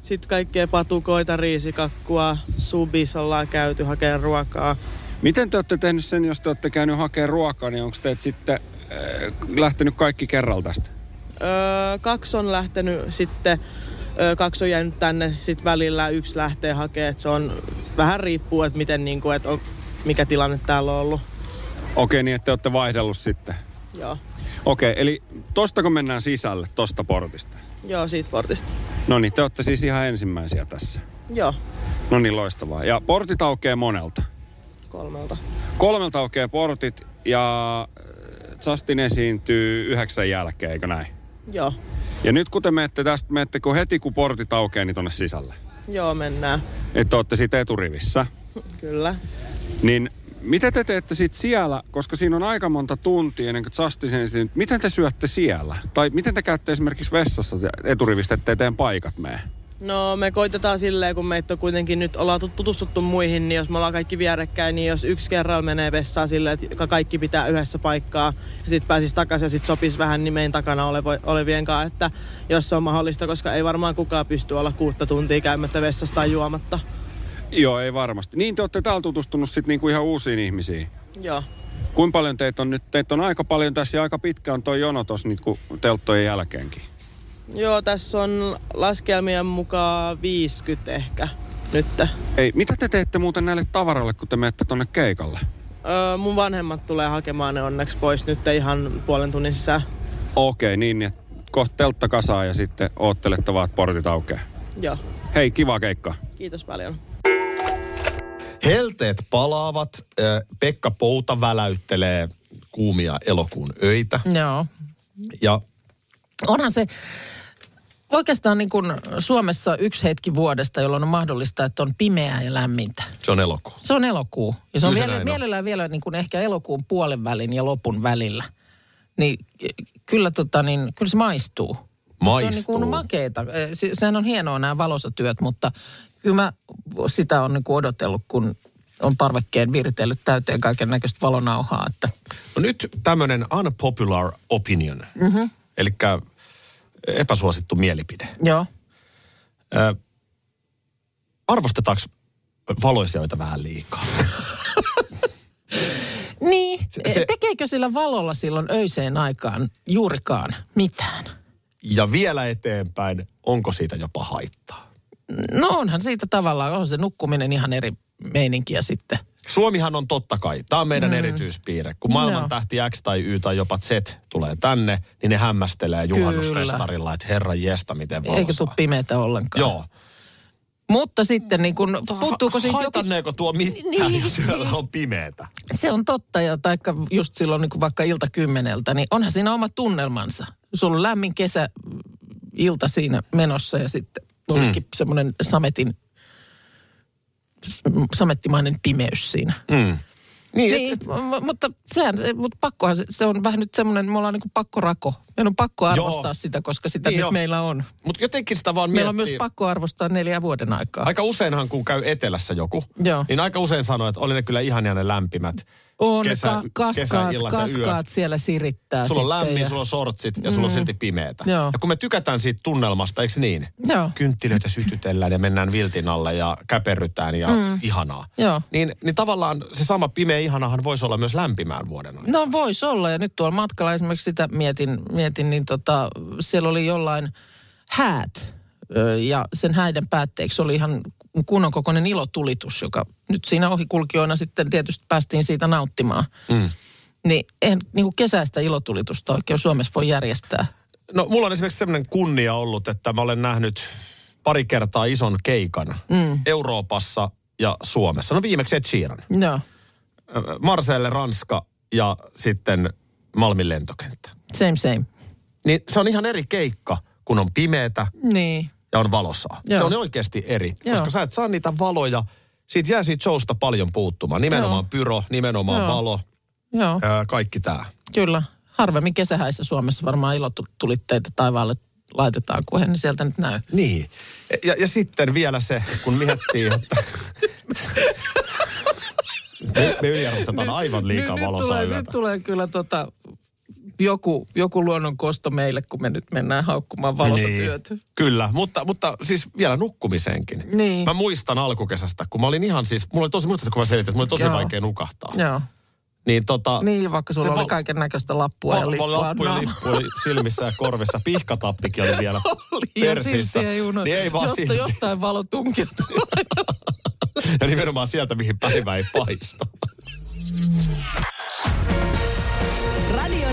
Speaker 7: Sitten kaikkea patukoita, riisikakkua, subis ollaan käyty hakemaan ruokaa.
Speaker 6: Miten te olette tehnyt sen, jos te olette käynyt hakemaan ruokaa, niin onko teet sitten äh, lähtenyt kaikki kerralla tästä?
Speaker 7: Öö, kaksi on lähtenyt sitten, öö, kaksi on jäänyt tänne, sitten välillä yksi lähtee hakemaan. Et Se on vähän riippuu, että miten niinku, et on, mikä tilanne täällä on ollut.
Speaker 6: Okei, niin että te olette vaihdellut sitten.
Speaker 7: Joo,
Speaker 6: Okei, eli tosta kun mennään sisälle, tosta portista.
Speaker 7: Joo siitä portista.
Speaker 6: No niin, te olette siis ihan ensimmäisiä tässä.
Speaker 7: Joo,
Speaker 6: No niin, loistavaa. Ja portit aukeaa monelta.
Speaker 7: kolmelta.
Speaker 6: Kolmelta aukeaa portit ja äh, Justin esiintyy yhdeksän jälkeen, eikö näin?
Speaker 7: Joo,
Speaker 6: Ja nyt kun te menette tästä, menette kun heti kun portit aukeaa, niin tonne sisälle.
Speaker 7: joo mennään.
Speaker 6: Että olette siitä eturivissä.
Speaker 7: Kyllä.
Speaker 6: Niin mitä te teette sit siellä, koska siinä on aika monta tuntia ennen kuin Justin esiintyy. Miten te syötte siellä? Tai miten te käytte esimerkiksi vessassa se- eturivistä, ettei teidän paikat mene?
Speaker 7: No me koitetaan silleen, kun meitä on kuitenkin nyt ollaan tut- tutustuttu muihin, niin jos me ollaan kaikki vierekkäin, niin jos yksi kerralla menee vessaan silleen, että kaikki pitää yhdessä paikkaa ja sitten pääsisi takaisin ja sitten sopisi vähän nimeen takana olevo- olevien kanssa, että jos se on mahdollista, koska ei varmaan kukaan pysty olla kuutta tuntia käymättä vessasta tai juomatta.
Speaker 6: Joo, ei varmasti. Niin te olette täällä tutustunut sitten niinku ihan uusiin ihmisiin.
Speaker 7: Joo.
Speaker 6: Kuinka paljon teitä on nyt? Teitä on aika paljon tässä ja aika pitkä on toi jono tossa niinku telttojen jälkeenkin.
Speaker 7: Joo, tässä on laskelmien mukaan 50 ehkä nytte.
Speaker 6: Ei, mitä te teette muuten näille tavaroille, kun te menette tonne keikalle?
Speaker 7: Öö, mun vanhemmat tulee hakemaan ne onneksi pois nyt ihan puolen tunnin sisään.
Speaker 6: Okei, niin, niin kohta teltta kasaan ja sitten oottelette vaan, että portit aukeaa.
Speaker 7: Joo,
Speaker 6: Hei, kiva keikka.
Speaker 7: kiitos paljon.
Speaker 3: Helteet palaavat. Ö, Pekka Pouta väläyttelee kuumia elokuun öitä.
Speaker 2: Joo.
Speaker 3: Ja
Speaker 2: onhan se oikeastaan niin kuin Suomessa yksi hetki vuodesta, jolloin on mahdollista, että on pimeää ja lämmintä.
Speaker 3: se on elokuu.
Speaker 2: Se on elokuu. Ja se on
Speaker 3: Kyllä se
Speaker 2: vielä,
Speaker 3: näin on.
Speaker 2: mielellään vielä niin kuin ehkä elokuun puolen välin ja lopun välillä. Niin eh, kyllä, tota, niin, kyllä se maistuu. Se on niin
Speaker 3: Maistuu.
Speaker 2: kuin makeeta. Eh, se- Sehän on hienoa nämä valosatyöt, mutta kyllä mä sitä on niin kuin odotellut, kun on parvekkeen viritellyt täyteen kaiken näköistä valonauhaa. Että
Speaker 3: No nyt tämmöinen unpopular opinion. Mm-hmm. Eli epäsuosittu mielipide.
Speaker 2: joo.
Speaker 3: Ö, arvostetaanko valoisioita vähän liikaa?
Speaker 2: Niin,
Speaker 3: Se- se-
Speaker 2: tekeekö sillä valolla silloin öiseen aikaan juurikaan mitään?
Speaker 3: Ja vielä eteenpäin, onko siitä jopa haittaa?
Speaker 2: No onhan siitä tavallaan, on se nukkuminen ihan eri meininkiä sitten.
Speaker 3: Suomihan on totta kai, tämä on meidän mm. erityispiirre. Kun maailman
Speaker 2: Joo.
Speaker 3: tähti X tai Y tai jopa Z tulee tänne, niin ne hämmästelee juhannusfestarilla, että herra jesta, miten valosaa.
Speaker 2: Eikä tule pimeätä ollenkaan.
Speaker 3: Joo.
Speaker 2: Mutta sitten niin kun, puuttuuko siitä joku...
Speaker 3: Haitanneeko tuo mitään, niin,
Speaker 2: Niin.
Speaker 3: jos yöllä on pimeetä?
Speaker 2: Se on totta, ja taikka just silloin niin kuin vaikka ilta kymmeneltä, niin onhan siinä oma tunnelmansa. Sulla on lämmin kesä ilta siinä menossa ja sitten olisikin mm. semmoinen sametin, s- samettimainen pimeys siinä.
Speaker 3: Mm. Niin,
Speaker 2: Niin,
Speaker 3: niin. Et,
Speaker 2: et, m- mutta sehän, se, mutta pakkohan se, se on vähän nyt semmoinen, me ollaan niin kuin pakkorako. Meidän on pakko arvostaa
Speaker 3: Joo.
Speaker 2: Joo. sitä, koska sitä
Speaker 3: Niin
Speaker 2: niin nyt
Speaker 3: jo.
Speaker 2: jo. meillä on.
Speaker 3: Mutta jotenkin sitä vaan
Speaker 2: Meillä on myös
Speaker 3: miettii.
Speaker 2: pakko arvostaa neljä vuoden aikaa.
Speaker 3: Aika useinhan, kun käy etelässä joku,
Speaker 2: Joo.
Speaker 3: niin aika usein sanoo, että oli ne kyllä ihania ne lämpimät
Speaker 2: On,
Speaker 3: kesä,
Speaker 2: ka- kaskaat,
Speaker 3: kesäillat ja yöt.
Speaker 2: kaskaat siellä sirittää
Speaker 3: Sulla on
Speaker 2: sitten
Speaker 3: lämmin,
Speaker 2: ja- Mm.
Speaker 3: sulla on sortsit ja sulla on silti pimeetä.
Speaker 2: Joo.
Speaker 3: Ja kun me tykätään siitä tunnelmasta, eikö niin?
Speaker 2: Joo.
Speaker 3: Kynttilöitä sytytellään ja mennään viltin alle ja käperrytään ja mm. ihanaa.
Speaker 2: Joo.
Speaker 3: Niin, niin tavallaan se sama pimeä ihanahan voisi olla myös lämpimään vuoden aikana.
Speaker 2: No voisi olla, ja nyt tuolla matkalla esimerkiksi sitä mietin, mietin niin tota, siellä oli jollain häät, ö, ja sen häiden päätteeksi oli ihan kunnon kokoinen ilotulitus, joka nyt siinä ohikulkijoina sitten tietysti päästiin siitä nauttimaan. Mm. Niin eihän niin kuin kesäistä ilotulitusta oikein Suomessa voi järjestää.
Speaker 3: No mulla on esimerkiksi sellainen kunnia ollut, että mä olen nähnyt pari kertaa ison keikan mm. Euroopassa ja Suomessa. No viimeksi Ed Sheeran.
Speaker 2: No,
Speaker 3: Ö, Marseille Ranska ja sitten Malmin lentokenttä.
Speaker 2: same same.
Speaker 3: Niin se on ihan eri keikka, kun on pimeetä
Speaker 2: Niin,
Speaker 3: ja on valosaa. Joo. Se
Speaker 2: Joo.
Speaker 3: on oikeasti eri, Joo.
Speaker 2: Joo.
Speaker 3: koska sä et saa niitä valoja. Siitä jää siitä showsta paljon puuttumaan. Nimenomaan Joo. pyro, nimenomaan Joo.
Speaker 2: Joo.
Speaker 3: valo,
Speaker 2: joo,
Speaker 3: ää, kaikki tämä.
Speaker 2: kyllä. Harvemmin kesähäissä Suomessa varmaan ilotulitteita taivaalle laitetaan, kun eihän ne sieltä nyt näy.
Speaker 3: Niin. Ja, ja sitten vielä se, kun miettii, että... Me, me yliarvostetaan aivan liikaa
Speaker 2: nyt, nyt,
Speaker 3: valosaa
Speaker 2: tulee, nyt
Speaker 3: yötä.
Speaker 2: tulee kyllä tota, joku, joku luonnonkosto meille, kun me nyt mennään haukkumaan valosatyöt. Niin.
Speaker 3: Kyllä, mutta, mutta siis vielä nukkumiseenkin.
Speaker 2: Niin.
Speaker 3: Mä muistan alkukesästä, kun mä olin ihan siis, mulla oli tosi, muistat, kun mä selitin, että mulla oli tosi Joo.
Speaker 2: Joo.
Speaker 3: vaikea nukahtaa.
Speaker 2: Joo.
Speaker 3: Niin tota...
Speaker 2: Niin, vaikka sulla
Speaker 3: se
Speaker 2: oli
Speaker 3: val-
Speaker 2: kaiken näköistä lappua
Speaker 3: Val-
Speaker 2: ja
Speaker 3: val-
Speaker 2: lippua. No,
Speaker 3: lappu ja lippu oli silmissä ja korvissa. Pihkatappikin oli vielä
Speaker 2: Oli, ja
Speaker 3: persissä.
Speaker 2: silti ei unohda.
Speaker 3: niin ei vaan
Speaker 2: Josta,
Speaker 3: silti.
Speaker 2: Jostain valo tunkiutui.
Speaker 3: Ja nimenomaan sieltä, mihin päivä ei paista.
Speaker 8: Radio